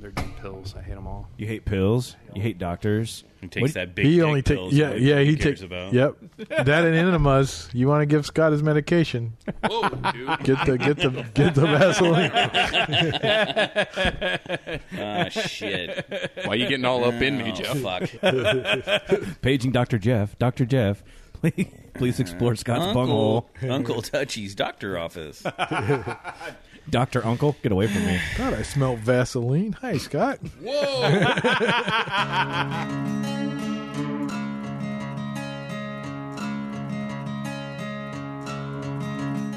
They're good pills. I hate them all. You hate pills. You hate doctors. He takes What- that big. he dick only pills takes yeah that yeah he cares takes about. yep that and enemas. You want to give Scott his medication? Whoa, dude. Get the get the get the Vaseline. Ah, shit. Why are you getting all up in me, Oh, Jeff? Fuck. Paging Doctor Jeff. Doctor Jeff. Please, please explore Scott's bunghole. Uncle, Uncle Touchy's doctor office. Doctor Uncle, get away from me. God, I smell Vaseline. Hi, Scott. Whoa.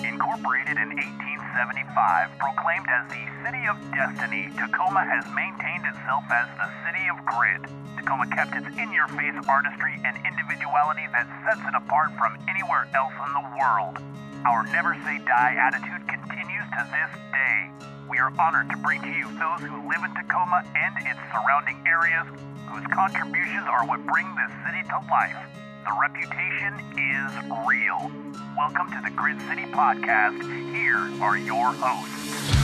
Incorporated in 1875, proclaimed as the City of Destiny, Tacoma has maintained itself as the City of Grit. Tacoma kept its in your face artistry and individuality that sets it apart from anywhere else in the world. Our never say die attitude continues to this day. We are honored to bring to you those who live in Tacoma and its surrounding areas, whose contributions are what bring this city to life. The reputation is real. Welcome to the Grid City Podcast. Here are your hosts.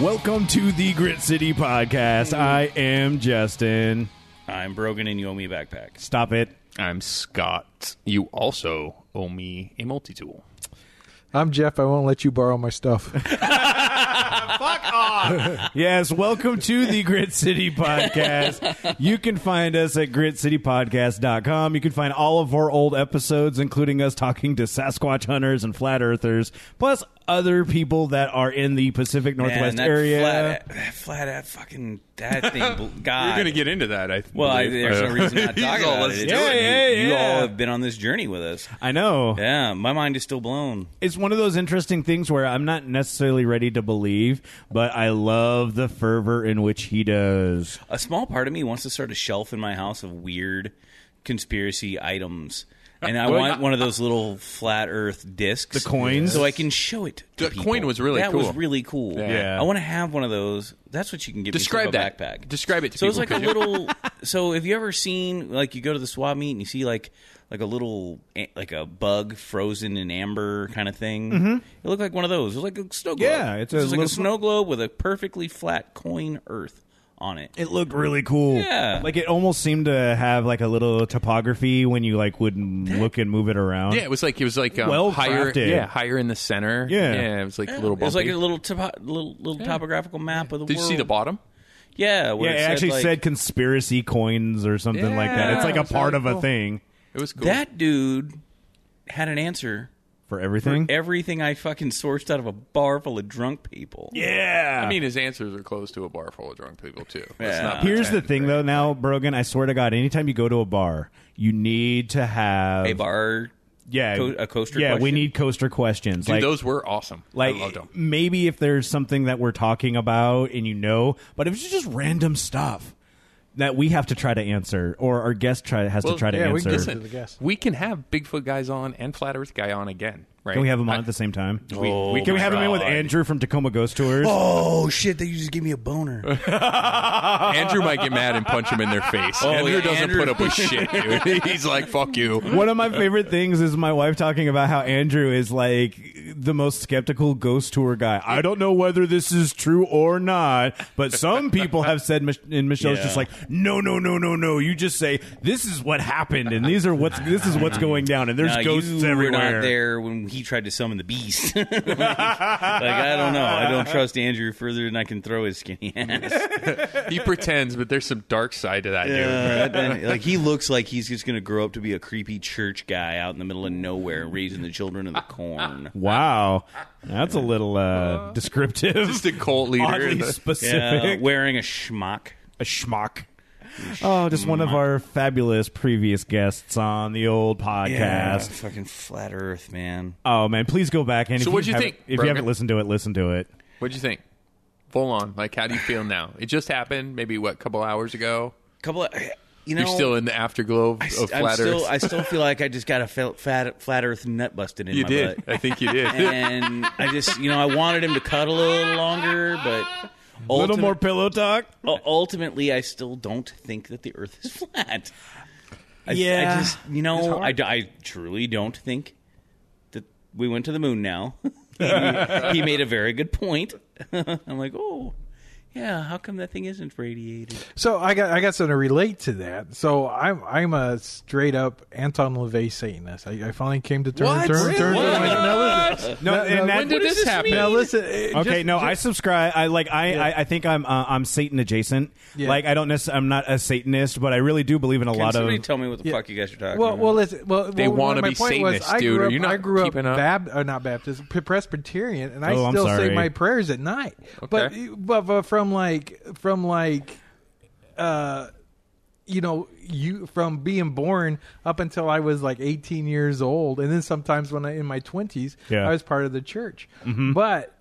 Welcome to the Grit City Podcast. I am Justin. I'm broken and you owe me a backpack. Stop it. I'm Scott. You also owe me a multi tool. I'm Jeff. I won't let you borrow my stuff. Yes, welcome to the Grit City Podcast. You can find us at gritcitypodcast.com. You can find all of our old episodes, including us talking to Sasquatch hunters and flat earthers, plus other people that are in the Pacific Northwest Man, that area. Flat, that flat at fucking that thing. bl- God. You're gonna get into that. I Well, I, believe. there's Uh, no reason not to he's talk all about listening. it. Yeah, You- yeah, You yeah. all have been on this journey with us. I know. Yeah, my mind is still blown. It's one of those interesting things where I'm not necessarily ready to believe, but I love the fervor in which he does. A small part of me wants to start a shelf in my house of weird conspiracy items. And I Well, want yeah. one of those little flat earth discs. The coins? So I can show it to The people. coin was really that cool. was really cool. Yeah. I want to have one of those. That's what you can give Describe me instead of that. a backpack. Describe it to so it's like people, a could you? little. so have you ever seen, like, you go to the swap meet and you see, like, like a little, like a bug frozen in amber kind of thing. Mm-hmm. It looked like one of those. It was like a snow globe. Yeah, it's a It was like little- a snow globe with a perfectly flat coin earth on it. It looked really cool. Yeah. Like it almost seemed to have like a little topography when you like would not look and move it around. Yeah, it was like it was like um, Well higher, crafted. yeah, higher in the center. Yeah. yeah, it was like a little. It was like bumpy. a little topo- little, little topographical map of the Did you world. see the bottom? Yeah, Yeah, where it, said, actually like, said conspiracy coins or something like that. Yeah, It's like a it's part really of a cool. thing It was cool. that dude had an answer for everything. everything I fucking sourced out of a bar full of drunk people. yeah. I mean, his answers are close to a bar full of drunk people too. Let's Yeah. not Here's the pretend. thing though now, Brogan, I swear to God, anytime you go to a bar, you need to have A bar. Yeah. Co- a coaster Yeah, we question? need coaster questions. Dude, like those were awesome. like I loved them. maybe if there's something that we're talking about and you know, but if it's just random stuff that we have to try to answer or our guest try has to try to yeah, we answer. can Can listen. the guest. we can have Bigfoot guys on and Flat Earth guy on again, right? we have him on I- at the same time? we, we Can my we have him in with God. Andrew from Tacoma Ghost Tours? Oh shit! They just gave me a boner. Andrew might get mad and punch him in their face. Oh, Andrew yeah, doesn't Andrew- put up with shit, dude. He's like, fuck you. One of my favorite things is my wife talking about how Andrew is like the most skeptical ghost tour guy. I don't know whether this is true or not, but some people have said, Mich- and Michelle's Yeah. just like, no, no, no, no, no. You just say this is what happened, and these are what's this is what's going down, and there's Now, ghosts you everywhere. were not there when he tried to summon the beast. like, I don't know. I don't trust Andrew further than I can throw his skinny ass. He pretends, but there's some dark side to that dude. Yeah, and, like he looks like he's just gonna grow up to be a creepy church guy out in the middle of nowhere, raising the children of the corn. Wow, that's a little uh, descriptive, Just a cult leader. oddly The- Yeah, specific. wearing a schmuck. a schmuck. Oh, just one of our fabulous previous guests on the old podcast. fucking flat Earth, man. Uh, Oh man, please go back and So if what'd you haven't- think, If you Brogan? haven't listened to it, listen to it. What'd you think? Full on. Like, how do you feel now? It just happened maybe, what, couple hours ago? Couple of, you know, You're still in the afterglow of, I, of am Flat still, Earth. I still feel like I just got a fel- fat, flat Earth nut busted in you my did. butt. I think you did. and I just, you know, I wanted him to cuddle a little longer, but A little more pillow talk. u- ultimately, I still don't think that the Earth is flat. I, Yeah. I just, you know, I, d- I truly don't think we went to the moon now. he, he made a very good point. I'm like, oh, yeah. How come that thing isn't radiated? So I got I got something to relate to that. So I'm I'm a straight up Anton LaVey Satanist. I, I finally came to terms. What? terms- Really? terms- What? Now listen- No, Now- and now- that- When did does this, this happen? mean? Now listen. eh, Okay, just- no, just- I subscribe. I like. I I, I think I'm uh, I'm Satan adjacent. Yeah. Like I don't necessarily. I'm not a Satanist, but I really do believe in a Can lot somebody of. tell me what the fuck you guys are talking Well, about? well, listen, well, They well, wanna my be point was, Satanists, I dude. grew Are up- you not I grew keeping up, up? Bab- or not Baptist, Pre- Presbyterian, and I Oh, I'm still say sorry. my prayers at night. But, Okay. but but from like from like, uh, you know, you from being born up until I was like 18 years old, and then sometimes when I in my 20s, Yeah. I was part of the church. Mm-hmm. But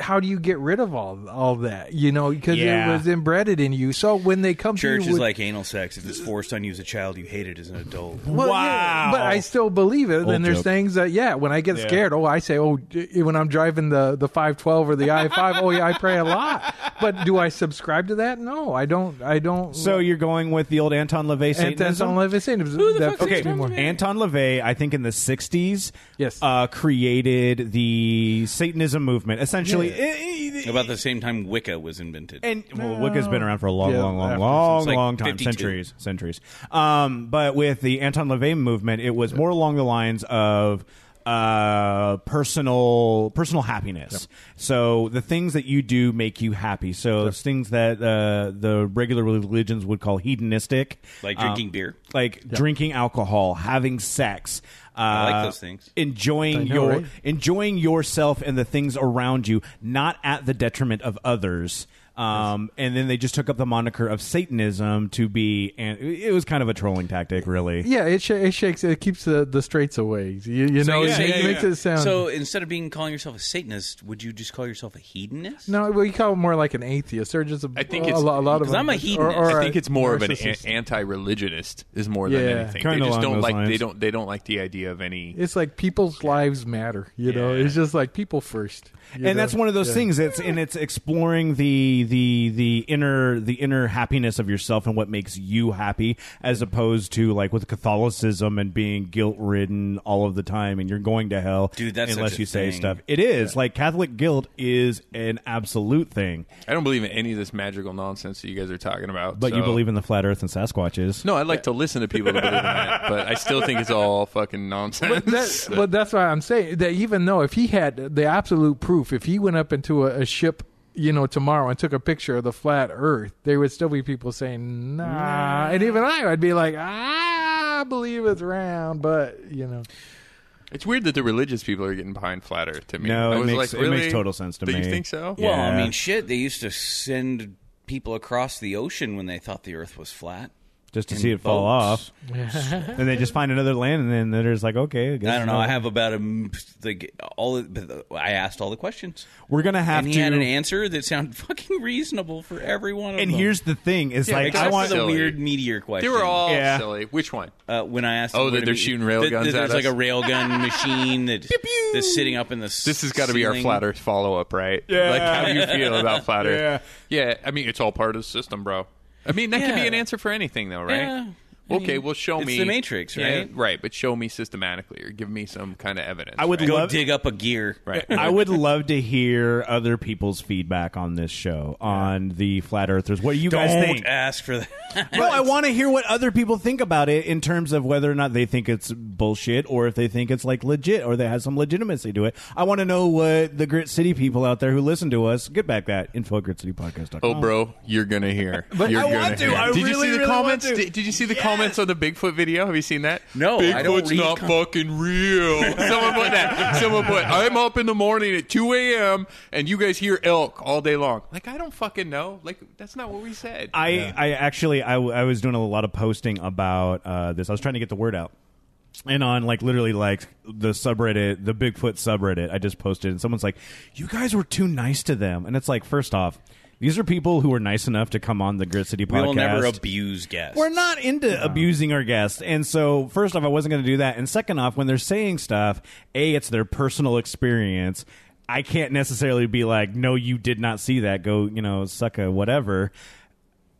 how do you get rid of all all that? You know, because Yeah. it was embedded in you. So when they come to you Church is with- like anal sex. If it's forced on you as a child, you hate it as an adult. well, wow. yeah, but I still believe it. Old and there's joke. things that, yeah, when I get Yeah. scared, oh, I say, oh, d- when I'm driving the, the 512 or the I 5, oh, yeah, I pray a lot. But do I subscribe to that? No, I don't. I don't. so you're going with the old Anton LaVey and Satanism? that's all I've seen. Who the fuck Okay, Six times a day. Anton LaVey, I think in the 60s, Yes. uh, created the Satanism movement. Essentially, Eh, About the same time Wicca was invented. and well, Wicca's been around for a long, Yeah, long, long, after- long, since, like, long time, 52. centuries, centuries. Um, but with the Anton LaVey movement, it was more along the lines of uh personal personal happiness so the things that you do make you happy so it's things that uh the regular religions would call hedonistic Like Um, drinking beer. like drinking alcohol, having sex. Uh, I like those things. Enjoying know, your right? enjoying yourself and the things around you, not at the detriment of others. Um, And then they just took up the moniker of Satanism to be, and it was kind of a trolling tactic, really. Yeah, it, sh- it shakes. It keeps the, the straits away. You, you know, yeah, it yeah, makes yeah. it sound. So instead of being calling yourself a Satanist, would you just call yourself a hedonist? no, we call it more like an atheist. Or just a, I think a, it's- lo- a lot of 'cause I'm a hedonist. I think it's more of an narcissist. a- anti-religionist is more Yeah. than anything. Kinda they along just those don't like they lines. don't they don't like the idea of any. It's like people's lives matter. You know, Yeah. it's just like people first. you and know? that's one of those Yeah. things. It's and it's exploring the the the inner the inner happiness of yourself and what makes you happy, as opposed to like with Catholicism and being guilt ridden all of the time, and you're going to hell, Dude, that's unless such a you say thing. stuff. It is like Catholic guilt is an absolute thing, I don't believe in any of this magical nonsense that you guys are talking about. but you so- believe in the flat Earth and Sasquatches. No, I like to listen to people that believe in that, but I still think it's all fucking nonsense. But, that, but that's why I'm saying that even though if he had the absolute proof, if he went up into a, a ship, you know, tomorrow and took a picture of the flat Earth, there would still be people saying nah, and even I would be like, I believe it's round, but you know, It's weird that the religious people are getting behind flat Earth to me. No, I it was makes- like, it really? makes total sense to Do me. you think so? Yeah. Well, I mean, shit. They used to send people across the ocean when they thought the Earth was flat. Just to In see it fall boats. off, and they just find another land, and then they're just like, okay, I, guess I don't know. no. I have about a m- like all. of- but I asked all the questions, We're gonna have and he to. had an answer that sounded fucking reasonable for every one of and them. here's the thing: is Yeah, like because I except want for the Silly. weird meteor question. They were all Yeah. silly. Which one? uh, when I asked. Oh, them that where they're to meet- shooting rail that- that guns at There's like us? a rail gun machine that that's sitting up in the. This has got to be our flat Earth follow up, right? Yeah. Like how you feel about flat Earth. Yeah. I mean, it's all part of the system, bro. I mean, that could Yeah. be an answer for anything, though, right? Yeah. I Okay, mean, well, show it's me the Matrix, Yeah, right? right, but show me systematically, or give me some kind of evidence. I would right? Go Love- dig up a gear. Right. I would love to hear other people's feedback on this show on the flat earthers. What do you Don't guys think? ask for that. No, I want to hear what other people think about it in terms of whether or not they think it's bullshit or if they think it's like legit or they have some legitimacy to it. I want to know what the Grit City people out there who listen to us get back that info at gritcitypodcast.com. Oh, bro, you're gonna hear. But- You're I gonna want to. hear. I did you really, see the really want comments? to. Did, did you see the comments on the Bigfoot video? Have you seen that? No, I don't Bigfoot's read not com- fucking real. Someone put that. Someone put. I'm up in the morning at 2 a.m. and you guys hear elk all day long. Like I don't fucking know. Like that's not what we said. I, I actually I, w- I was doing a lot of posting about uh, this. I was trying to get the word out. And on like literally like the subreddit, the Bigfoot subreddit, I just posted and someone's like, "You guys were too nice to them." And it's like, first off, these are people who were nice enough to come on the Grit City We podcast. will never abuse guests. We're not into abusing our guests. And so, first off, I wasn't going to do that. And second off, when they're saying stuff, A, it's their personal experience. I can't necessarily be like, no, you did not see that. Go, you know, suck a whatever.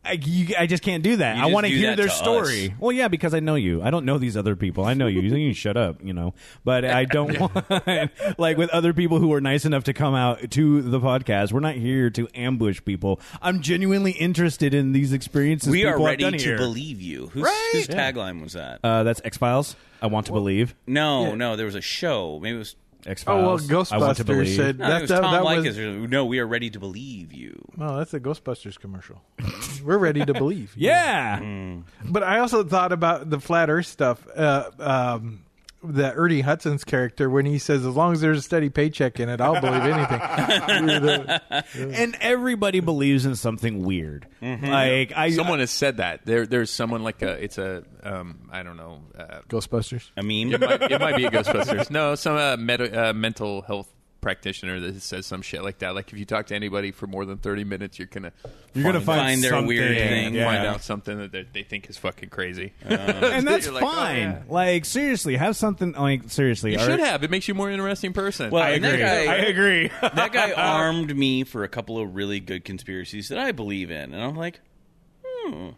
I, you, I just can't do that. You I just want to do hear that their to story. us. Well, yeah, because I know you. I don't know these other people. I know you. You think you shut up, you know. But I don't want like with other people who are nice enough to come out to the podcast. We're not here to ambush people. I'm genuinely interested in these experiences. we are people have ready done to here. believe you. Who's, Right? Whose tagline was that? Uh, that's X Files. I want to believe no, no, there was a show. Maybe it was. X Oh well, Files. I want to Ghostbusters believe. said No, it was that, Tom that Likas. was. or- No, we are ready to believe you. No, that's a Ghostbusters commercial. We're ready to believe. Yeah. Mm. But I also thought about the flat Earth stuff. Uh, um, that Ernie Hudson's character when he says, "As long as there's a steady paycheck in it, I'll believe anything." And everybody believes in something weird. Mm-hmm. Like I Someone has said that there. There's someone like a. It's a. Um, I don't know. Uh, Ghostbusters. A meme? it, might, it might be a Ghostbusters. No, some uh, med- uh, mental health practitioner that says some shit like that. Like if you talk to anybody for more than thirty minutes, you're gonna You're gonna find, Find their something. weird thing. and Yeah. find out something that they- they think is fucking crazy. and that's You're like, oh, fine. yeah. Like seriously, have something. Like seriously, You all should right? have. It makes you a more interesting person. Well, I and agree. That guy, I agree. that guy armed me for a couple of really good conspiracies that I believe in, and I'm like, hmm.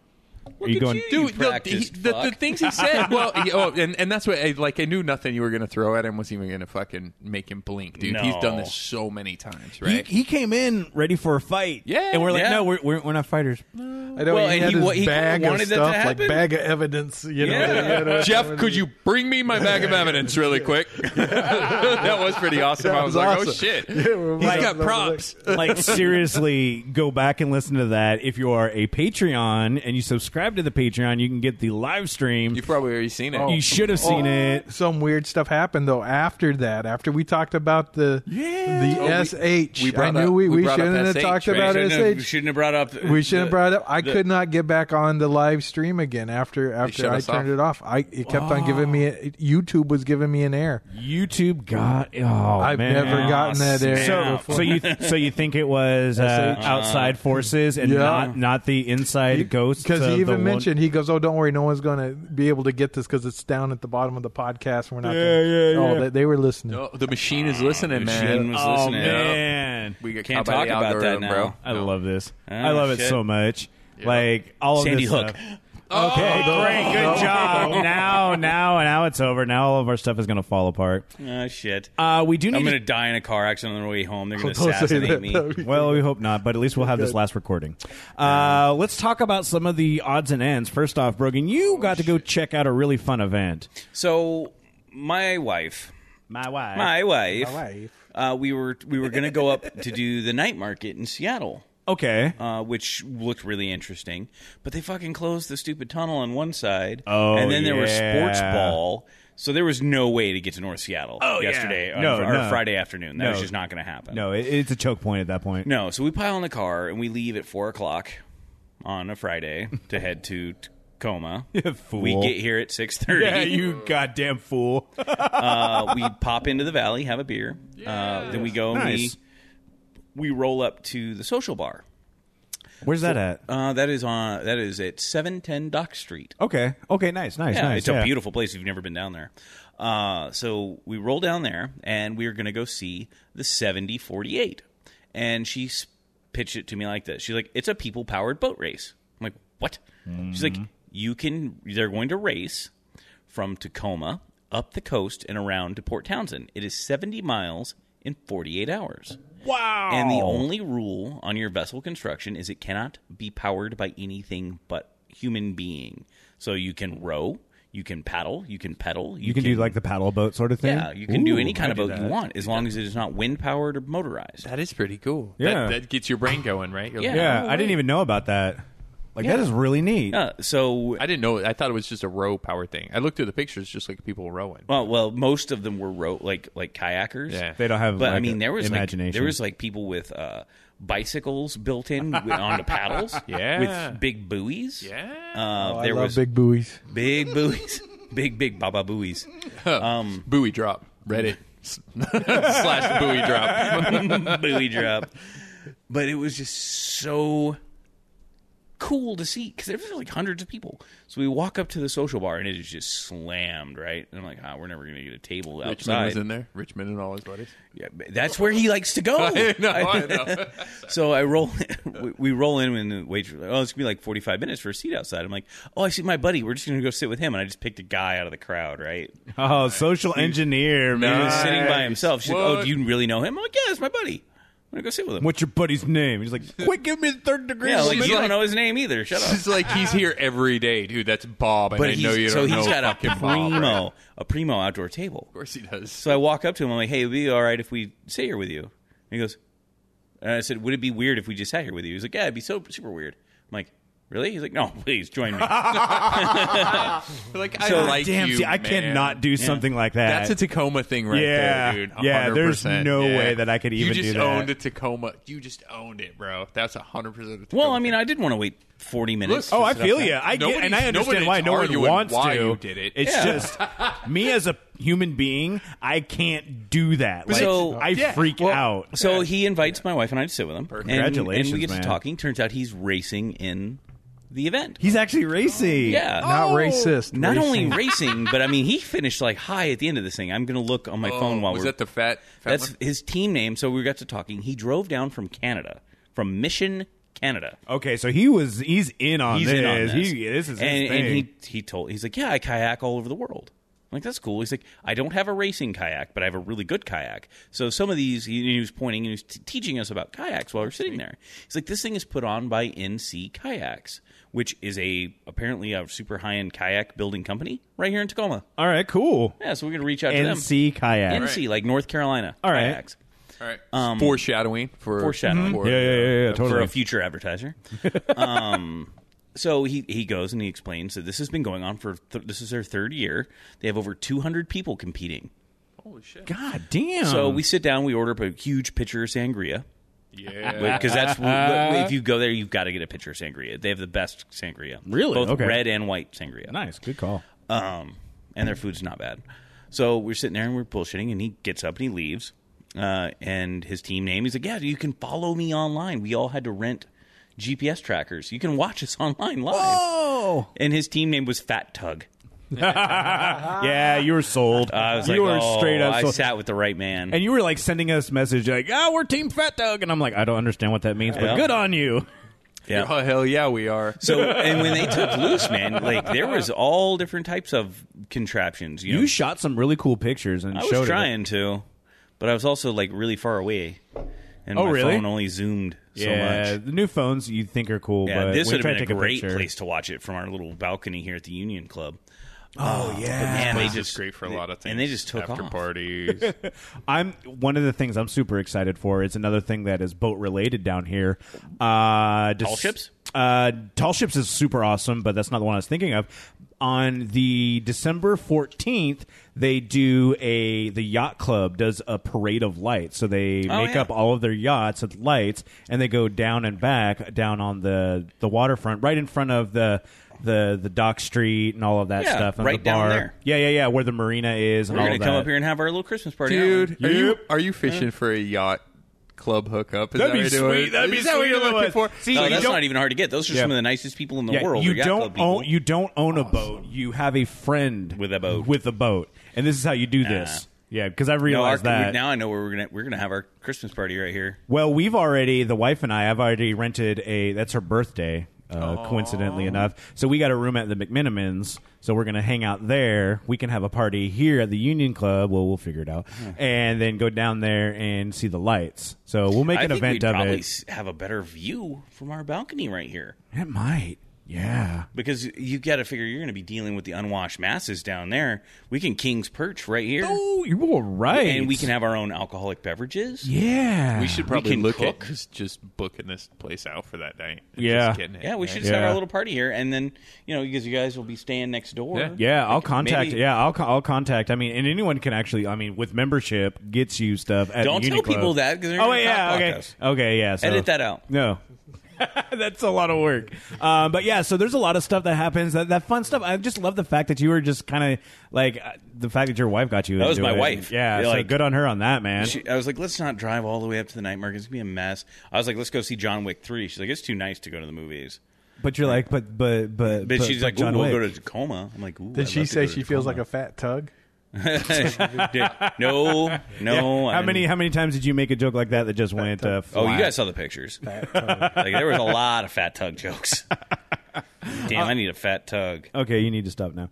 Look you at going- you, you Dude, the, he, practiced the, the fuck. things he said. Well, he- oh, and, and that's what I, like I knew nothing you were gonna throw at him was even gonna fucking make him blink, dude. He's done No. this so many times, he, right? he came in ready for a fight. Yeah, and we're like, yeah. no, we're, we're we're not fighters. I know Well, he and had he his wa- he bag of wanted that to stuff, like happen? bag of evidence. You know, Yeah. he had uh, a- Jeff, could you bring me my bag of evidence really quick? that was pretty awesome. That I was, was like, oh awesome. shit, Yeah, we're he's right. got props. like seriously, go back and listen to that. If you are a Patreon and you subscribe to the Patreon, you can get the live stream. You've probably already seen it. you should have seen Oh. it. Some weird stuff happened though after that. After we talked about the Yeah. the Oh, we- SH, we I brought knew up- we, we we brought up shouldn't have SH, talked right? about shouldn't have, SH. shouldn't have brought up. We should have the- brought it up. I the- could not get back on the live stream again after after shut I us turned it off. I it kept on giving me it- YouTube was giving me an error. YouTube got. Oh, I've man. never gotten that error So, before. so you so you think it was uh, SH. outside forces and Yeah. not not the inside ghosts? Because of he the even one- mentioned, he goes, "Oh, don't worry, no one's going to be able to get this because it's down at the bottom of the podcast. We're not." Yeah, gonna... yeah, oh, yeah. They, they were listening. No, the machine is listening, Machine man. was Oh listening. man, we got caught Can't by talk the about that algorithm, bro. now. I love this. I Oh, love it shit. so much. Like all of Sandy this Hook. Oh, Stuff. Okay, great, good job. Now, now, now it's over. Now all of our stuff is going to fall apart. Oh shit! Uh, we do need. I'm to- gonna die in a car accident on the way home. They're gonna Don't say assassinate that. me. That would be- well, we hope not, but at least we'll have this last recording. Uh, let's talk about some of the odds and ends. First off, Brogan, Oh, you got to go check out a really fun event. So my wife, My wife. my wife, wife. Uh, we were we were gonna go up to do the night market in Seattle. Okay. uh, which looked really interesting. But they fucking closed the stupid tunnel on one side, Oh, and then there was yeah. sports ball. So there was no way to get to North Seattle Oh, yeah. yesterday or- No, or, no. Friday afternoon. That No. was just not going to happen. no, it, it's a choke point at that point. no. So we pile in the car and we leave at four o'clock on a Friday to head to Tacoma. Fool. we get here at six thirty. Yeah, you goddamn fool. uh, we pop into the valley, have a beer. Uh, then we go Nice. and we we roll up to the social bar. Where's that at? Uh, that is on that is at seven ten Dock Street. Okay. Okay. Nice. Nice. Yeah, nice. it's a beautiful place if you've never been down there. Uh, so we roll down there, and we are going to go see the 7048. And she s- pitched it to me like this. She's like, it's a people-powered boat race. I'm like, what? She's Mm-hmm. like, you can, they're going to race from Tacoma up the coast and around to Port Townsend. It is 70 miles in 48 hours. Wow. And the only rule on your vessel construction is it cannot be powered by anything but human being. So you can row, you can paddle, you can pedal, You can do like the paddle boat sort of thing. yeah, you can do Ooh, any kind I of do boat you that. want as long as it is not wind powered or motorized. That is pretty cool. Yeah. That, that gets your brain going, right? You're like, Yeah. Yeah, I didn't even know about that. Like that is really neat. Yeah, Uh, so I didn't know. I thought it was just a row power thing. I looked through the pictures, just like people rowing. well, well, most of them were row like like kayakers. Yeah. They don't have. But I like, mean, there was imagination. like there was like people with uh, bicycles built in with- onto paddles, Yeah. with big buoys. Yeah. uh, Oh, I there love was big buoys. big buoys, big big baba buoys. buoy drop. Reddit S- slash buoy drop. buoy drop. But it was just so cool to see because there's like hundreds of people. So we walk up to the social bar and it is just slammed, right? And I'm like, ah, we're never gonna get a table Richmond was outside. in there. Richmond and all his buddies. Yeah, that's where he likes to go. no, I know. So I roll, we- we roll in and the waitress. Oh, it's gonna be like forty five minutes for a seat outside. I'm like, oh, I see my buddy. We're just gonna go sit with him. And I just picked a guy out of the crowd, right? Oh, social engineer, He man. was sitting by himself. She's like, oh, What? do you really know him? I'm like, yeah, it's my buddy. I'm gonna go sit with him. What's your buddy's name? He's like, quick, give me the third degree. yeah, like It's you like- don't know his name either. Shut up. It's like he's here every day, dude. That's Bob, and But I he's, know you so don't know he's got a fucking Bob. right? primo, a primo outdoor table. Of course he does. So I walk up to him. I'm like, hey, it'd be all right if we sit here with you. And he goes, and I said, would it be weird if we just sat here with you? He's like, yeah, it'd be so super weird. I'm like, really? He's like, no, please join me. Like I So- like Damn, you. see, I man. cannot do something like that. That's a Tacoma thing, right Yeah. there, dude. Yeah, there's 100%. no Yeah. way that I could even You just do that. owned a Tacoma. You just owned it, bro. That's hundred percent. well, I mean, I didn't want to wait 40 minutes. Oh, to I sit feel outside. you. I get, and I Nobody's- understand why nobody's no one arguing wants why to. you did it. It's Yeah. just me as a human being. I can't do that. Like, So- I Yeah. freak Well, out. So he invites my wife and I to sit with him. And, Congratulations, And we get man. to talking. Turns out he's racing in the event. He's actually racy. yeah. Not racist. Not racing. only racing, but I mean, he finished like high at the end of this thing. I'm going to look on my phone while Oh, was we're. that the fat? fat that's one? his team name. So we got to talking. He drove down from Canada, from Mission, Canada. Okay, so he was. He's in on He's this. in on this. Oh, He, this is his and, thing. and he he told he's like, yeah, I kayak all over the world. I'm like that's cool. He's like, I don't have a racing kayak, but I have a really good kayak. So some of these, he, he was pointing and he was t- teaching us about kayaks while we are sitting there. He's like, this thing is put on by NC Kayaks, which is a apparently a super high end kayak building company right here in Tacoma. All right, cool. Yeah, so we're gonna reach out to them. NC kayak. NC, like North Carolina. All right. Kayaks. All right. foreshadowing for um, Foreshadowing. for- Yeah, yeah, yeah, yeah, for totally. a future advertiser. um, so he, he goes and he explains that this has been going on for th- this is their third year. They have over 200 people competing. Holy shit. God damn. So we sit down, we order up a huge pitcher of sangria Yeah. because that's if you go there, you've got to get a pitcher of sangria. They have the best sangria, Really? both Okay. red and white sangria. nice. Good call. Um, and their food's not bad. So we're sitting there and we're bullshitting, and he gets up and he leaves. Uh, and his team name, he's like, Yeah, you can follow me online. We all had to rent GPS trackers. You can watch us online live. Oh. And his team name was Fat Tug. Yeah, you were sold. I was you were like, "Oh, straight up I sold. sat with the right man. and you were like sending us message like, "Oh, we're Team Fat Dog," and I'm like, "I don't understand what that means, but Yeah. good on you." yeah. Oh hell yeah, we are. So and when they took loose, man, like there was all different types of contraptions. You, know, You shot some really cool pictures and I showed was trying to, but I was also like really far away, and Oh, my really? phone only zoomed so much. yeah, the new phones you think are cool, Yeah, but this when would you try have to been take a great picture, place to watch it from our little balcony here at the Union Club. Uh, Oh yeah, Man, they This is just great for a lot of things. and they just took after off. parties. I'm one of the things I'm super excited for. It's another thing that is boat related down here. Uh, dis- Tall Ships? Uh, Tall ships is super awesome, but that's not the one I was thinking of. On the December fourteenth, they do a the yacht club does a parade of lights. So they Oh, make yeah. up all of their yachts with lights, and they go down and back down on the the waterfront, right in front of the the the dock street and all of that Yeah, stuff. And right the down bar. there. Yeah, yeah, yeah. Where the marina is. And We're all gonna of come that. up here and have our little Christmas party, Dude, aren't we? are you are you fishing for a yacht club hookup? Is That'd that be what you're doing? sweet. That'd be Is that what sweet you're looking otherwise. for? See, No, you Oh, that's don't- not even hard to get. Those are Yeah. some of the nicest people in the world. You They're yacht club don't people. own you don't own a boat. You have a friend With a boat. With a boat, and this is how you do this. Yeah, because I No, our- realized that. now I know where we're gonna we're gonna have our Christmas party right here. well, we've already the wife and I have already rented a. That's her birthday. Uh, coincidentally enough, so we got a room at the McMenamins, so we're gonna hang out there. We can have a party here at the Union Club. Well, we'll figure it out, Hmm. and then go down there and see the lights. So we'll make I an think event we'd of probably it. s- have a better view from our balcony right here It might, yeah. because you got to figure you're gonna be dealing with the unwashed masses down there. We can King's Perch right here, Oh, you were right, and we can have our own alcoholic beverages. Yeah, We should probably can look cook. at just, just booking this place out for that night. Yeah. Just getting it, Yeah, we right? should just have Yeah. our little party here, and then you know, because you guys will be staying next door. Yeah. Yeah, I'll contact. maybe- Yeah, I'll co- I'll contact. I mean, and anyone can actually. I mean, with membership, gets you stuff. At Don't the tell Uniclub. people that, 'cause they're Oh gonna yeah, cock block okay, us. okay, yeah. So. Edit that out. No. That's a lot of work, um, but yeah. So there's a lot of stuff that happens. That, that fun stuff. I just love the fact that you were just kind of like uh, the fact that your wife got you. That was into my it. wife. Yeah. Yeah, so like- good on her on that, man. She, I was like, let's not drive all the way up to the night market. It's gonna be a mess. I was like, let's go see John Wick three. She's like, it's too nice to go to the movies. But you're like, but but but. But she's like, John ooh, we'll Wick." go to Tacoma. I'm like, ooh. Did she say she feels like a fat tug? a? no, no. I How many didn't- how many times did you make a joke like that that just went? Uh, Oh, you flat? guys saw the pictures. like there was a lot of fat tug jokes. Damn, I need a fat tug. Okay, you need to stop now.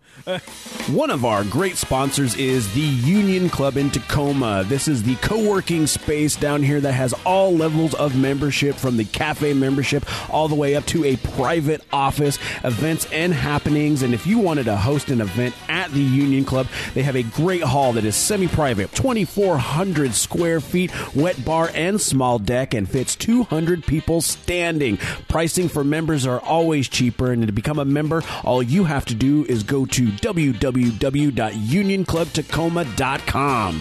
One of our great sponsors is the Union Club in Tacoma. This is the co working space down here that has all levels of membership from the cafe membership all the way up to a private office, events and happenings. And if you wanted to host an event at the Union Club, they have a great hall that is semi private, 2,400 square feet, wet bar and small deck, and fits 200 people standing. Pricing for members are always cheaper, and to become a member, all you have to do is go to www.unionclubtacoma.com.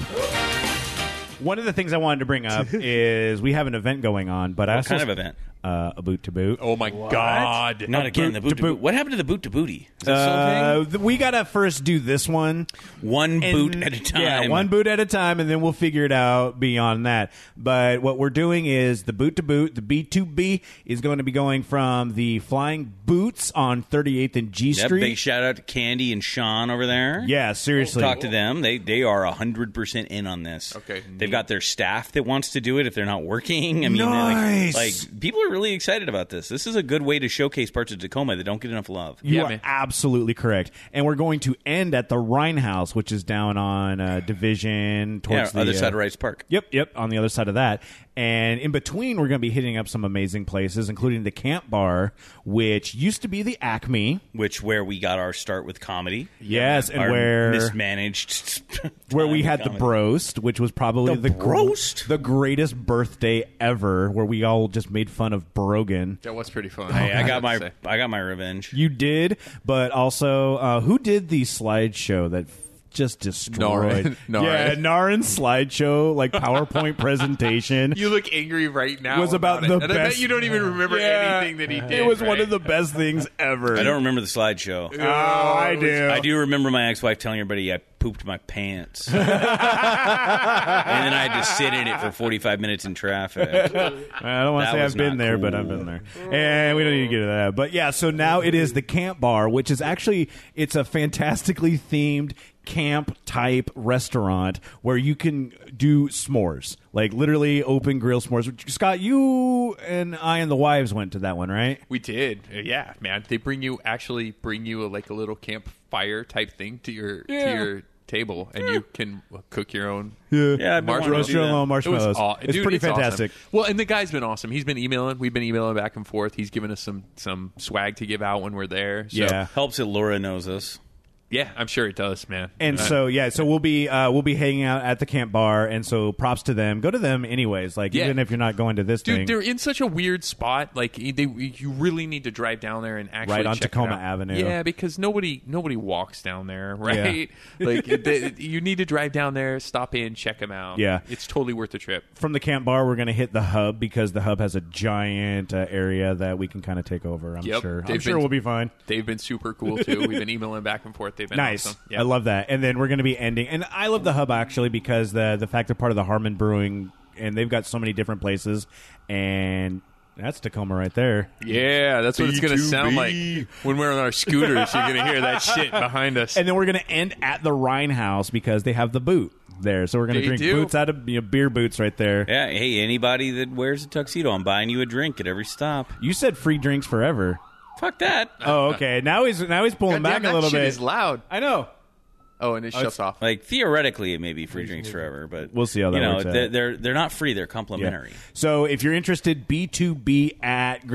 One of the things I wanted to bring up is we have an event going on, but I What also kind of event? Uh, a boot to boot. Oh my god! Not again. the boot to boot. What happened to the boot to booty? Is that Uh, still th- we gotta first do this one. a thing? One and- boot at a time. Yeah, one boot at a time, and then we'll figure it out beyond that. But what we're doing is the boot to boot, the B2B is going to be going from the Flying Boots on 38th and G Yep, Street. big shout out to Candy and Sean over there. yeah, seriously. Talk to them. They they are hundred percent in on this. Okay. they've got their staff that wants to do it if they're not working. I mean, they're like, Nice. like, people are really excited about this. This is a good way to showcase parts of Tacoma that don't get enough love. You Yeah, are man. absolutely correct. And we're going to end at the Rhine House, which is down on uh, Division Yeah, towards the other uh, side of Rice Park. Yep, yep, on the other side of that. And in between, we're going to be hitting up some amazing places, including the Camp Bar, which used to be the Acme. which where we got our start with comedy. Yes, and Our where- mismanaged, Where time we with had the comedy. broast, which was probably The the, gr- broast? the greatest birthday ever, where we all just made fun of Brogan. That was pretty fun. Hey, Oh, I got have my to say. I got my revenge. You did, but also, uh, who did the slideshow that f- just destroyed? Naren. Naren. Yeah, Naren's slideshow, like PowerPoint presentation. You look angry right now. Was about it. the and I bet best- you don't even remember Yeah. anything that he did. it was one right? of the best things ever. I don't remember the slideshow. Oh, I do. I do remember my ex-wife telling everybody I pooped my pants, and then I had to sit in it for 45 minutes in traffic. I don't want to That say was I've been not there, but cool. I've been there, and we don't need to get into that. But yeah, so now it is the Camp Bar, which is actually it's a fantastically themed camp type restaurant where you can do s'mores, like literally open grill s'mores. Which- Scott, you and I and the wives went to that one, right? We did. Uh, Yeah, man. They bring you actually bring you a, like a little campfire type thing to your to your table, and you can uh, cook your own. Yeah, I've been wanting to Marshmallows. Roast do your that. own marshmallows. It was aw- it's dude, pretty awesome. fantastic. Well, and the guy's been awesome. He's been emailing. We've been emailing back and forth. He's given us some some swag to give out when we're there. So, Yeah. Helps that Laura knows us. yeah, I'm sure it does, man. And so yeah, so we'll be uh, we'll be hanging out at the camp bar, and so props to them. Go to them anyways, like Yeah. even if you're not going to this Dude, thing. they're in such a weird spot. Like they, you really need to drive down there and actually Right on check it Tacoma out. Avenue. Yeah, because nobody nobody walks down there, right? Like they, you need to drive down there, stop in, check them out. Yeah. it's totally worth the trip. from the camp bar, we're going to hit the hub because the hub has a giant uh, area that we can kind of take over. I'm Yep. sure. I'm They've sure been- we'll be fine. They've been super cool too. We've been emailing back and forth. They've been Nice. Awesome. I love that. And then we're going to be ending. And I love the hub actually because the the fact they're part of the Harmon Brewing and they've got so many different places and. That's Tacoma right there. Yeah, that's what it's going to sound like when we're on our scooters. You're going to hear that shit behind us. And then we're going to end at the Rhine House because they have the boot there. So we're going to They drink do. boots out of you know, beer boots right there. Yeah. Hey, anybody that wears a tuxedo, I'm buying you a drink at every stop. You said free drinks forever. Fuck that. Oh, okay. Now he's now he's pulling Goddamn, back that a little shit bit. is loud. I know. Oh, and it shuts off. Like theoretically, it may be free drinks forever, but We'll see how that you know, works out. They're, they're they're not free; they're Yeah. complimentary. So if you're interested, B2B at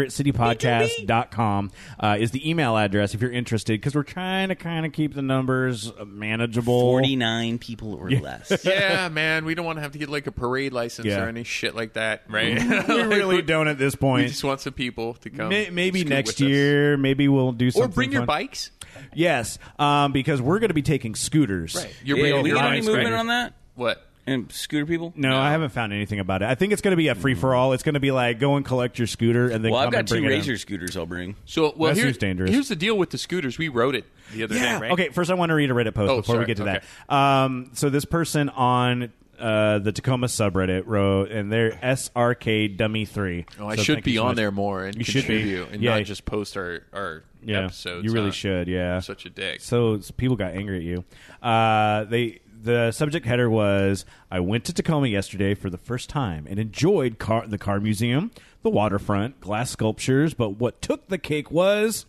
gritcitypodcast.com uh, is the email address if you're interested because we're trying to kind of keep the numbers uh, manageable. Forty nine people or less. yeah, man, we don't want to have to get like a parade license Yeah. or any shit like that, right? We really don't at this We point. just want some people to come. May- maybe scoot next with us. year, maybe we'll do or something. bring your fun. bikes. Yes, um, because we're going to be taking scooters. Right. You're Yeah, bringing we your got any bikes. movement right? on that? What? And scooter people? No, I haven't found anything about it. I think it's going to be a free for all. It's going to be like go and collect your scooter and then Well, I've come got and bring two it in. razor scooters. I'll bring. So, well, That here- seems dangerous. here's the deal with the scooters. We rode it the other Yeah. day, right? Okay. First, I want to read a Reddit post Oh, before we sorry. get to Okay. that. Um, so this person on uh, the Tacoma subreddit wrote, and they're SRK Dummy Three. Oh, I So should thank you be so on much. there more and You should be. contribute and Yeah. not just post our, our Yeah, episodes. you really huh? should. Yeah, Such a dick. So s- people got angry at you. Uh, they the subject header was: I went to Tacoma yesterday for the first time and enjoyed car, the car museum, the waterfront, glass sculptures. But what took the cake was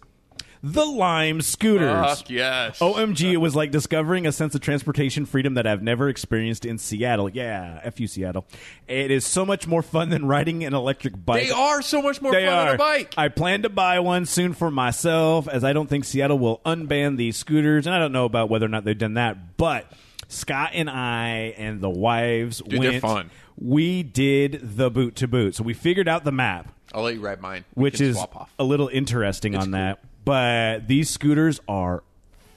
the lime scooters. Fuck yes. OMG, it was like discovering a sense of transportation freedom that I've never experienced in Seattle. Yeah, F you, Seattle. It is so much more fun than riding an electric bike. They are so much more They fun are. on a bike. I plan to buy one soon for myself, as I don't think Seattle will unban these scooters, and I don't know about whether or not they've done that. But Scott and I and the wives Dude, they're went. fun. We did the boot to boot, so we figured out the map, I'll let you ride mine. We which can is swap off. a little interesting on that. But these scooters are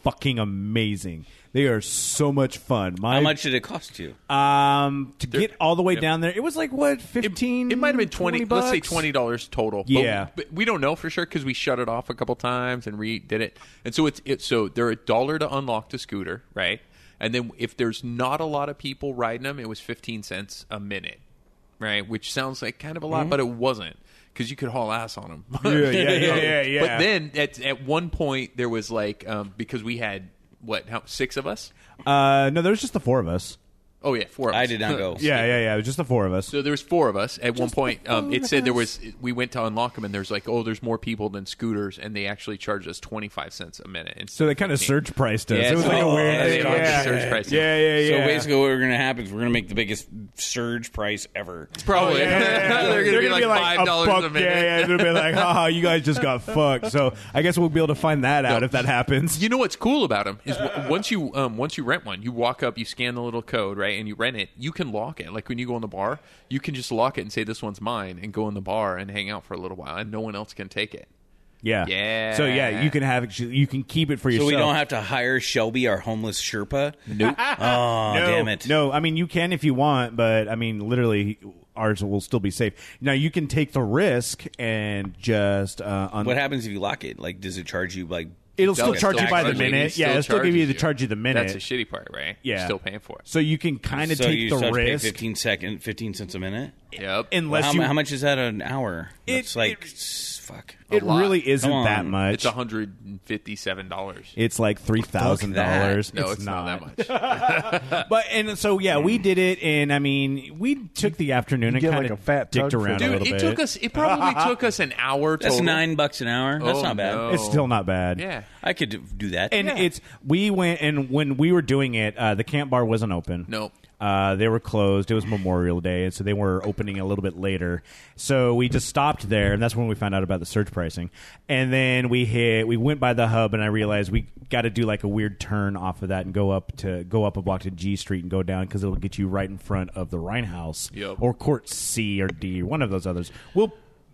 fucking amazing. They are so much fun. My, How much did it cost you? Um, to get all the way down there, it was like what fifteen? It might have been twenty. let's say bucks? twenty dollars total. But- Yeah. but, we don't know for sure because we shut it off a couple times and redid it. And so it's it. So they're a dollar to unlock the scooter, right? And then if there's not a lot of people riding them, it was fifteen cents a minute, right? Which sounds like kind of a lot, but it wasn't because you could haul ass on them. Mm-hmm. Yeah, yeah, yeah, yeah, yeah. But then at at one point there was like um, because we had what how six of us. Uh, no, there was just the four of us. Oh yeah, four. of us. I did not go. Yeah, yeah, yeah. It was just the four of us. So there was four of us at one point. Um, it said there was. We went to unlock them, and there's like, oh, there's more people than scooters, and they actually charged us twenty five cents a minute. And So they kind of surge priced us. it was like a so- weird. yeah, they yeah, charged yeah, us surge prices. yeah, yeah, So yeah. basically, what we're going to happen is we're going to make the biggest surge price ever. Oh, probably they're going to be gonna like five buck- dollars a minute. Yeah, yeah. They're gonna be like, haha, you guys just got fucked. So I guess we'll be able to find that out if that happens. You know what's cool about them is w- once you um, once you rent one, you walk up, you scan the little code, right, and you rent it. You can lock it. Like when you go in the bar, you can just lock it and say this one's mine, and go in the bar and hang out for a little while, and no one else can take it. Yeah, Yeah. So yeah, you can have it. You can keep it for So yourself. we don't have to hire Shelby, our homeless Sherpa. Nope. oh, no, damn it. No, I mean you can if you want, but I mean literally ours will still be safe. Now you can take the risk and just uh, un- What happens if you lock it? Like, does it charge you like? it'll Doug, still it charge you by the charges actually- minute. It Yeah, it'll still give charges you the charge you the minute. That's the shitty part, right? yeah, You're still paying for it. So you can kind of So take you the still have to pay risk. 15 second, 15 cents a minute. Yep. unless how, you, how much is that an hour? It- It's like it- s- fuck. it lot. really isn't Come that on. much. It's hundred and fifty-seven dollars. It's like three thousand dollars. No, it's, not. that much. much. But and so yeah, we did it, and I mean, we took the afternoon and get kind like of a fat dicked tug for around a that. Dude, little it bit. took us. It probably took us an hour. That's total. nine bucks an hour. That's Oh, not bad. no. it's still not bad. Yeah. I could do- do that. And it's we went and when we were doing it, uh, the camp bar wasn't open. Nope. Uh, they were closed. It was Memorial Day, and so they were opening a little bit later. So we just stopped there, and that's when we found out about the surge pricing. And then we hit. We went by the hub, and I realized we got to do like a weird turn off of that and go up to go up a block to G Street and go down because it'll get you right in front of the Rhinehouse Yep. or Court C or D, one of those others. We'll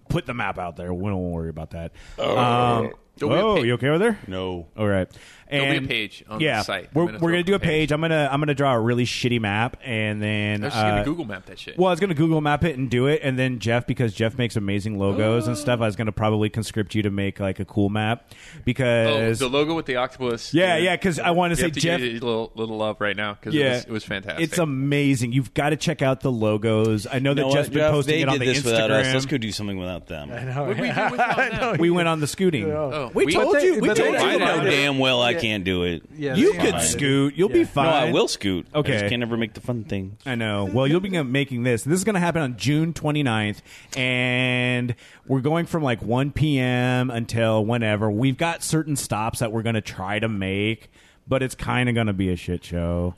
put the map out there. We don't worry about that. um, There'll be a whoa, pic- you okay over there? no. All right. And be a page on the yeah, site. I'm We're, gonna we're throw gonna up do a a page. I'm gonna I'm gonna draw a really shitty map and then I was just uh, gonna Google map that shit. Well, I was gonna Google map it and do it, and then Jeff because Jeff makes amazing logos and stuff. I was gonna probably conscript you to make like a cool map oh, because the logo with the octopus. Yeah, yeah, 'cause I wanna You say have to Jeff- give it a little, little love right now because it, was, it was fantastic. It's amazing. You've got to check out the logos. I know You know that what, Jeff's been Jeff? posting they it on did the this without us. Instagram. Let's go do something without them. What we do without that? we went on the scooting. Oh. We We- told But they- you. We but told they- you I did. about know it. damn well I can't do it. Yeah, You they could combined it. scoot. You'll be Yeah. fine. No, I will scoot. I Okay. just can't ever make the fun thing. I know. Well, you'll be making this. This is going to happen on June 29th, and we're going from like 1 p.m. until whenever. We've got certain stops that we're going to try to make, but it's kind of going to be a shit show.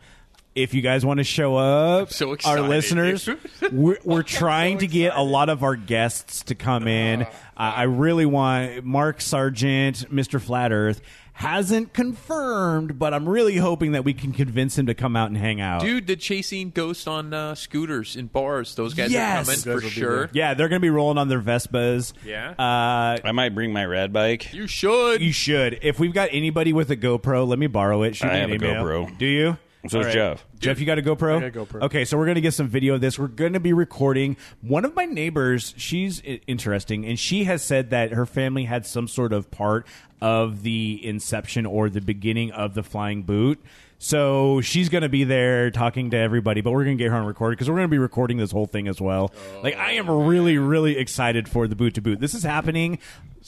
If you guys want to show up, so our excited. listeners, we're, we're trying to get a lot of our guests to come in. Uh, I really want Mark Sargent, Mr. Flat Earth, hasn't confirmed, but I'm really hoping that we can convince him to come out and hang out. Dude, the chasing ghosts on uh, scooters in bars. Those guys Yes. are Those coming for sure. Yeah, they're going to be rolling on their Vespas. Yeah. Uh, I might bring my rad bike. You should. you should. If we've got anybody with a GoPro, let me borrow it. Shoot I me have an a email. GoPro. Do you? So All does Jeff. Jeff, you got a GoPro? I got a GoPro. Okay, so we're going to get some video of this. We're going to be recording. One of my neighbors, she's i- interesting, and she has said that her family had some sort of part of the inception or the beginning of the flying boot. So she's going to be there talking to everybody, but we're going to get her on record because we're going to be recording this whole thing as well. like, I am really, really excited for the boot to boot. This is happening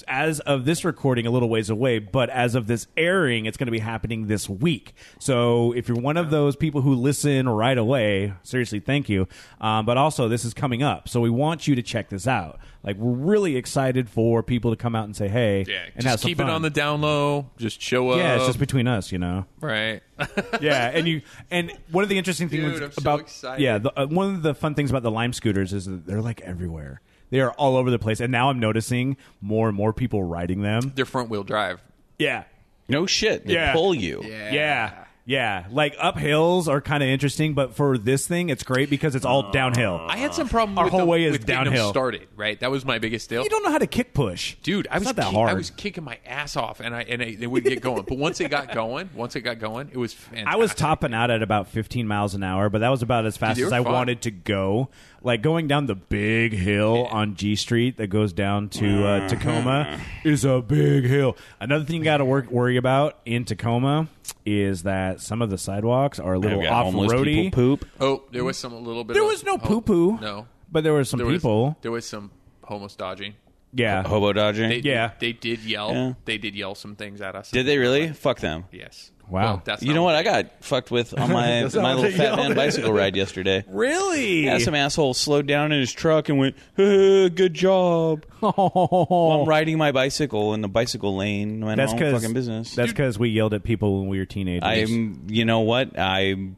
as of this recording a little ways away, but as of this airing, it's going to be happening this week. So if you're one of those people who listen right away, seriously, thank you. Um, but also, this is coming up, so we want you to check this out. Like, we're really excited for people to come out and say, hey, Yeah, and have just some keep fun. it on the down low. Just show up. Yeah, it's just between us, you know. right. Yeah, and you and one of the interesting things Dude, I'm so about excited. yeah, the, uh, one of the fun things about the Lime scooters is that they're like everywhere. They are all over the place, and now I'm noticing more and more people riding them. They're front wheel drive. Yeah, No shit. They Yeah. pull you. Yeah. yeah, yeah. Like up hills are kind of interesting, but for this thing, it's great because it's all downhill. I had some problem Uh, Our with whole the, way is with getting them downhill. started. Right, that was my biggest deal. you don't know how to kick push, Dude, I It's was not that kick- hard. I was kicking my ass off, and I and I, they wouldn't get going. But once it got going, once it got going, it was fantastic. I was topping out at about 15 miles an hour, but that was about as fast Dude, they were as I fun. wanted to go. Like going down the big hill on G Street that goes down to Mm-hmm. uh, Tacoma is a big hill. Another thing you got to work worry about in Tacoma is that some of the sidewalks are a little got off homeless roady. people poop. Oh, there was some a little bit. There of- was no oh, poo poo. No, but there were some there people. Was, there was some homeless dodging. yeah, Hobo dodging. They, Yeah. they did yell. Yeah. They did yell some things at us. Did they really? Fuck them. Yes. Wow. Well, that's You not know what? I got fucked with on my my little fat man bicycle ride yesterday. really? Yeah, some asshole slowed down in his truck and went, "Huh, "Good job." While I'm riding my bicycle in the bicycle lane. minding Oh. that's my own because fucking business. That's because we yelled at people when we were teenagers. I'm. You know what? I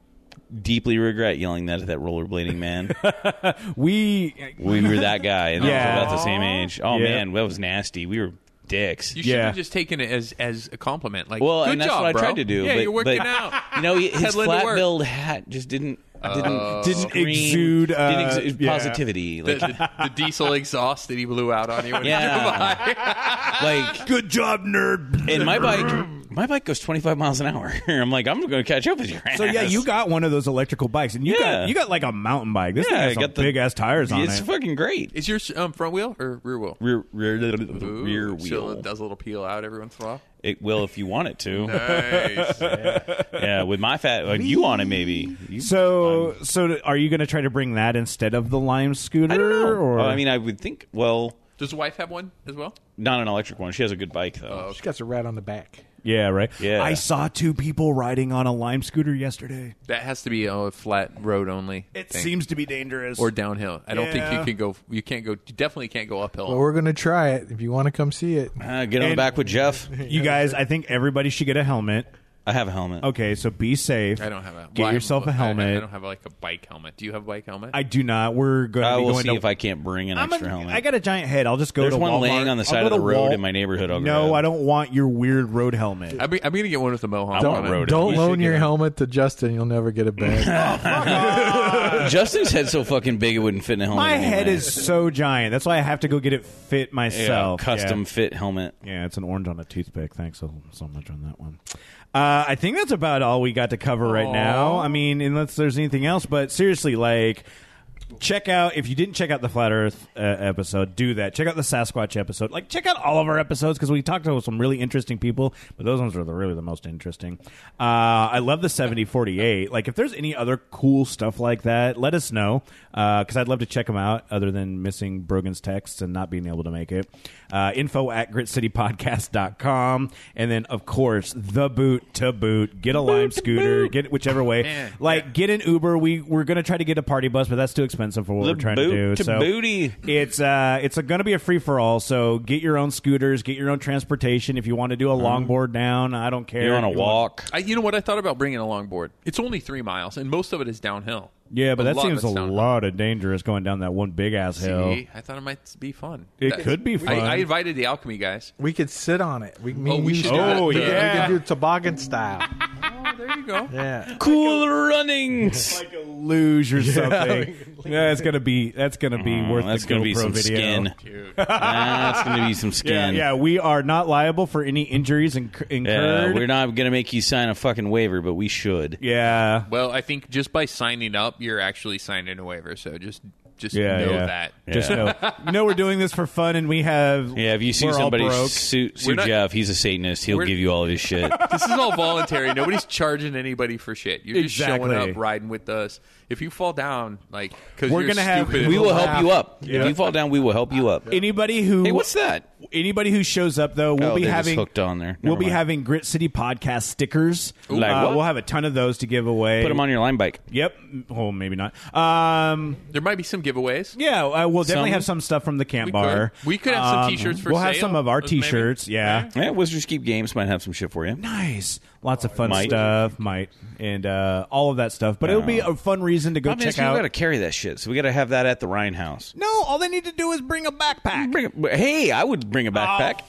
deeply regret yelling that at that rollerblading man. we we were that guy, and Yeah. we were about the same age. Oh Yeah. man, that was nasty. We were dicks. You should Yeah. have just taken it as as a compliment. Like, well, good and that's job, what I bro. tried to do. Yeah, but, you're working but, out. You know, he- his Headline to work. Oh. flat billed hat just didn't didn't Didn't scream- exude, uh, didn't exude yeah. positivity. the, Like, the, the diesel exhaust that he blew out on you. when he Yeah. drove by. like good job, nerd. and my bike my bike goes 25 miles an hour i'm like i'm gonna catch up with your ass So yeah, you got one of those electrical bikes, and you Yeah. got you got like a mountain bike. This Yeah, thing I has got the- big ass tires on it's it. fucking great Is your um, front wheel or rear wheel? rear rear, Ooh, rear So wheel it does a little peel out every once in a while. it will if you want it to Nice. yeah with my fat like you on it maybe You- so so th- are you going to try to bring that instead of the Lime scooter? i don't know Or Oh, i mean i would think well Does the wife have one as well? not an electric one she has a good bike though She got a rat on the back. yeah, right. Yeah. I saw two people riding on a Lime scooter yesterday. That has to be oh, a flat road only. It thing. seems to be dangerous. or downhill. I don't Yeah. think you can go. You can't go. You definitely can't go uphill. But we're gonna try it. If you want to come see it, Oh. Uh, get on And- back with jeff you guys, I think everybody should get a helmet. i have a helmet Okay, so be safe. I don't have a. Get well, I- yourself a I- helmet. I, I don't have like a bike helmet. Do you have a bike helmet? I do not. We're going i to be will going Uh, see to if i can't bring an I'm extra a- helmet I got a giant head. I'll just go There's to one Walmart. laying on the I'll side go to of the road Wal- in my neighborhood. I'll no, grab. I don't want your weird road helmet. I'm, I'm gonna get one with a mohawk. I on want it. road. don't You should loan get your a- helmet to Justin. You'll never get it back. Justin's head's so fucking big it wouldn't fit in a helmet. My anyway. head is so giant. That's why I have to go get it fit Yeah, myself. custom Yeah. fit helmet. Yeah, it's an orange on a toothpick. Thanks so, so much on that one. Uh, I think that's about all we got to cover right now. I mean, unless there's anything else, but seriously, like. Check out if you didn't check out the flat Earth uh, episode, do that. Check out the Sasquatch episode. Like check out all of our episodes because we talked to some really interesting people, but those ones are the, really the most interesting. Uh, I love the seventy forty eight. Like if there's any other cool stuff like that, let us know because I'd love to check them out. Other than missing Brogan's texts and not being able to make it, uh, info at gritcitypodcast.com. and then of course the boot to boot. Get a lime scooter, get it whichever way. Man, like get an Uber. We we're gonna try to get a party bus, but that's too expensive for what The we're trying to boot do. to so booty. it's uh it's going to be a free for all. So get your own scooters, get your own transportation. If you want to do a longboard down, I don't care. You're on a If you walk. I, you know what? I thought about bringing a longboard. It's only three miles, and most of it is downhill. Want, yeah, but that lot of seems a it's downhill. lot of dangerous going down that one big ass hill. See, I thought it might be fun. It could be fun. I, I invited the alchemy guys. we could sit on it. We, me Oh, and we you should sit do on it. that. Oh, We could- yeah. we could do toboggan style. There you go. Yeah, Cool runnings. Like a luge or something. yeah, it's gonna be that's gonna be worth Oh, Mm-hmm. that's the gonna be GoPro some video. skin. Dude. that's gonna be some Yeah, skin. yeah, we are not liable for any injuries inc- Yeah, incurred. we're not gonna make you sign a fucking waiver, but we should. Yeah. Well, I think just by signing up, you're actually signing a waiver. So just Just Yeah, know yeah. that. Just know, you know we're doing this for fun, and we have Yeah, if you see we're all somebody broke. sue, sue We're not- Jeff, he's a Satanist. He'll We're- give you all of his shit. This is all voluntary. Nobody's charging anybody for shit. You're just showing Exactly. up, riding with us. If you fall down, like because We're you're gonna have- stupid, we will help laugh. you up. Yeah. If you fall down, we will help you up. anybody who Hey, what's that? anybody who shows up though we'll Oh, be they're just having hooked on there. we'll Never be mind. having grit city podcast stickers Like Uh, what? we'll have a ton of those to give away Put him on your line bike. yep well maybe not um There might be some giveaways. yeah uh, we'll definitely Some? have some stuff from the camp We bar could. We could have some Um, t-shirts for we'll have sale, some of our maybe. t-shirts yeah Yeah, Wizards Keep Games might have some shit for you. nice lots of fun Might. stuff might and uh all of that stuff but it'll be Oh. a fun reason to go I'm check asking, we out got to carry that shit, so we got to have that at the Rhine House. no all they need to do is bring a backpack Oh, Bring a, hey, I would bring a backpack.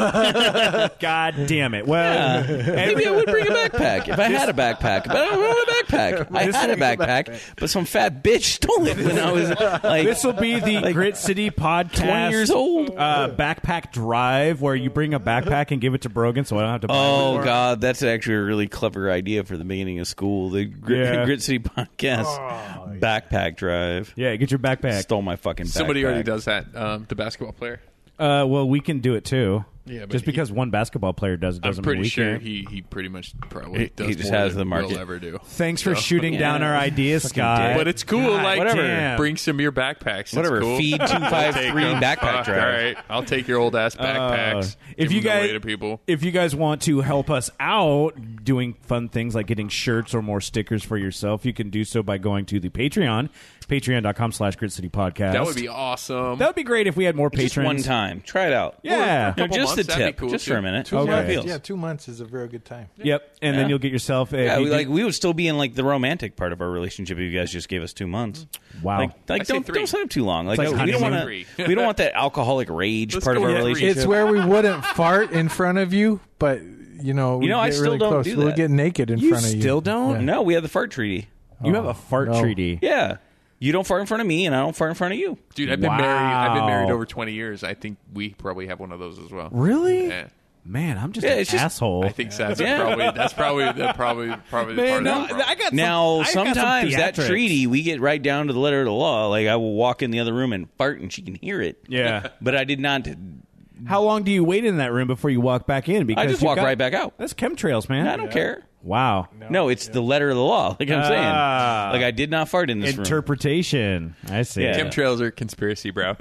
god damn it well Maybe I would bring a backpack if I had a backpack, but I don't have a backpack. I had a backpack, but some fat bitch stole it when I was like, This will be the Grit City podcast. 20 years old. Uh, backpack drive where you bring a backpack and give it to Brogan so I don't have to buy it Oh anymore. God, that's actually a really clever idea for the beginning of school. The Grit, Yeah. Grit City podcast Oh, backpack drive Yeah, get your backpack. stole my fucking. Somebody backpack. already does that. Um, the basketball player. Uh, well, we can do it too. Yeah, but Just he- because one basketball player does it I'm doesn't mean pretty we sure can't. he, he pretty much probably does he just more has than the market. We'll ever do. Thanks for shooting down Yeah. our ideas, Scott. dick. But it's cool. like whatever. damn. bring some of your backpacks. It's Whatever. cool. Feed two five Take three 'em. backpack Fuck, All drive. right, I'll take your old ass backpacks. Uh, if Give you them guys, away to people, if you guys want to help us out doing fun things like getting shirts or more stickers for yourself, you can do so by going to the Patreon, patreon.com slash Grit City Podcast. that would be awesome. that would be great if we had more patrons. Just one time, try it out. Yeah. No, couple just the months, that'd be tip, cool, just too. for a minute. Two Okay. months, Feels. yeah, two months is a very good time. Yep, and then you'll get yourself. A, Yeah, you we, do- like we would still be in like the romantic part of our relationship if you guys just gave us two months. Wow. Like, like I say don't three. don't sign up too long. Like, like no, we don't want honeymoon. Three. we don't want that alcoholic rage Let's part of go our with three. relationship. It's where we wouldn't fart in front of you, but you know, we You know, I get still really don't close. do We'll that. get naked in You front of you. still don't? no, we have the fart treaty. You Oh, have a fart no. treaty. Yeah, you don't fart in front of me, and I don't fart in front of you. Dude, I've been Wow. married. I've been married over 20 years. I think we probably have one of those as well. Really? Yeah. Man, I'm just Yeah, an it's just- asshole. I think so. That's Yeah. probably that's probably that probably probably the part of the problem. got Now, I got some sometimes that theatrics. treaty, we get right down to the letter of the law. Like, I will walk in the other room and fart, and she can hear it. Yeah. But I did not. How long do you wait in that room before you walk back in? Because I just you've walk got- right back out. That's chemtrails, man. I don't care. Wow. No, it's the letter of the law. Like I'm Ah. saying, like I did not fart in this room. Interpretation. I see. Yeah. Chemtrails are conspiracy, bro.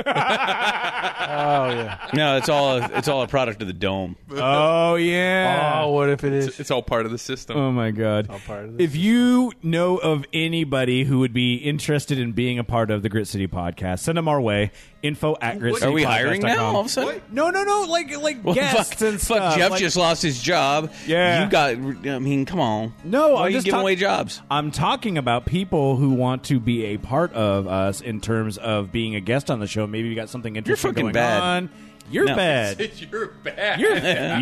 No, it's all a, it's all a product of the dome. Oh yeah. Oh, what if it is? it's, it's all part of the system. Oh my god. part of this. If you know of anybody who would be interested in being a part of the Grit City podcast, send them our way. Info at Grit City Are we hiring now? All of a sudden, No, no, no. Like like Well, guests fuck, and fuck, stuff. Jeff Like- just lost his job. Yeah. you got. I mean, come on. No, Why I'm are you just giving talk- away jobs? I'm talking about people who want to be a part of us in terms of being a guest on the show. Maybe you got something interesting fucking going bad. on. You're No. bad. You're bad.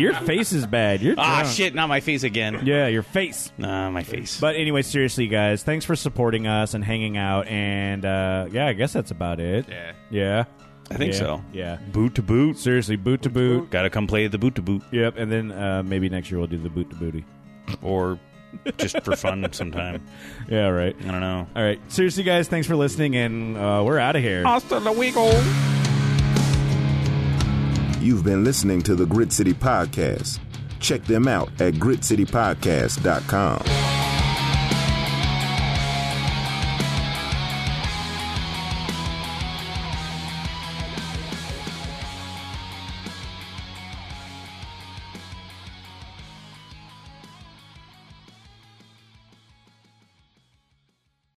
Your your face is bad. You're Ah, drunk. shit! Not my face again. Yeah, your face. Nah, my face. But anyway, seriously, guys, thanks for supporting us and hanging out. And uh, yeah, I guess that's about it. Yeah. yeah, I think Yeah. so. Yeah, Boot to boot. seriously, boot to boot. Got to come play the boot to boot, Yep, and then uh, maybe next year we'll do the boot to booty. or just for fun sometime. Yeah, right. I don't know. All right, seriously, guys, thanks for listening, and uh, we're out of here. You've been listening to the Grid City Podcast. Check them out at gritcitypodcast.com.